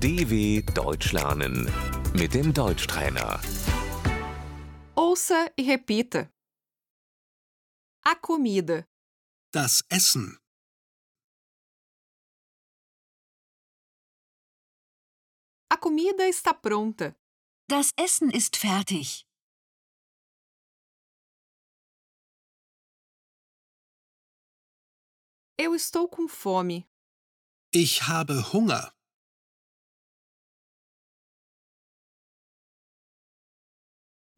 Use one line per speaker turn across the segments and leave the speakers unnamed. DW Deutsch lernen mit dem Deutschtrainer.
Ouça e repita. A comida,
Das Essen,
a comida está pronta.
Das Essen ist fertig.
Eu estou com fome.
ich habe Hunger,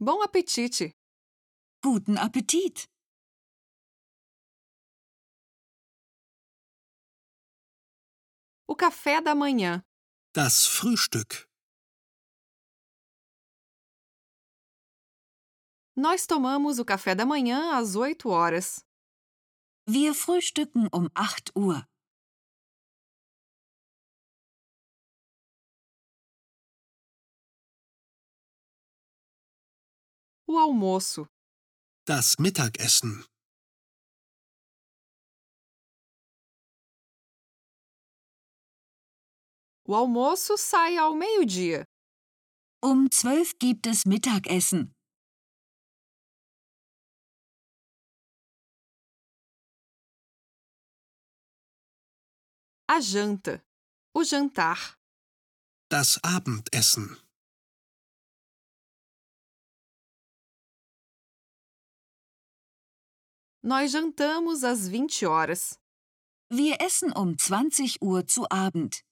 Bom apetite.
Guten Appetit.
O café da manhã,
das Frühstück,
nós tomamos o café da manhã às 8 horas.
Wir frühstücken um 8 Uhr.
O almoço,
das Mittagessen,
o almoço sai ao meio-dia.
Um 12 gibt es Mittagessen.
A janta, o jantar.
das Abendessen.
Nós jantamos às 20 horas.
Wir essen um 20 Uhr zu Abend.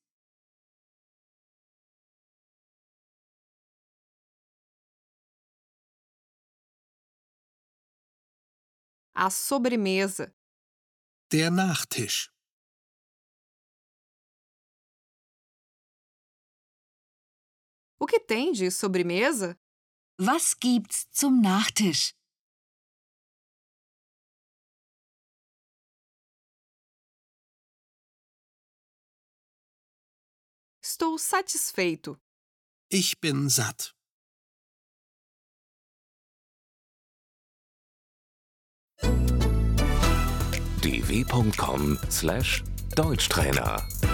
A sobremesa,
Der Nachtisch,
o que tem de sobremesa?
Was gibt's zum Nachtisch?
Estou satisfeito.
ich bin satt.
dw.com/deutschtrainer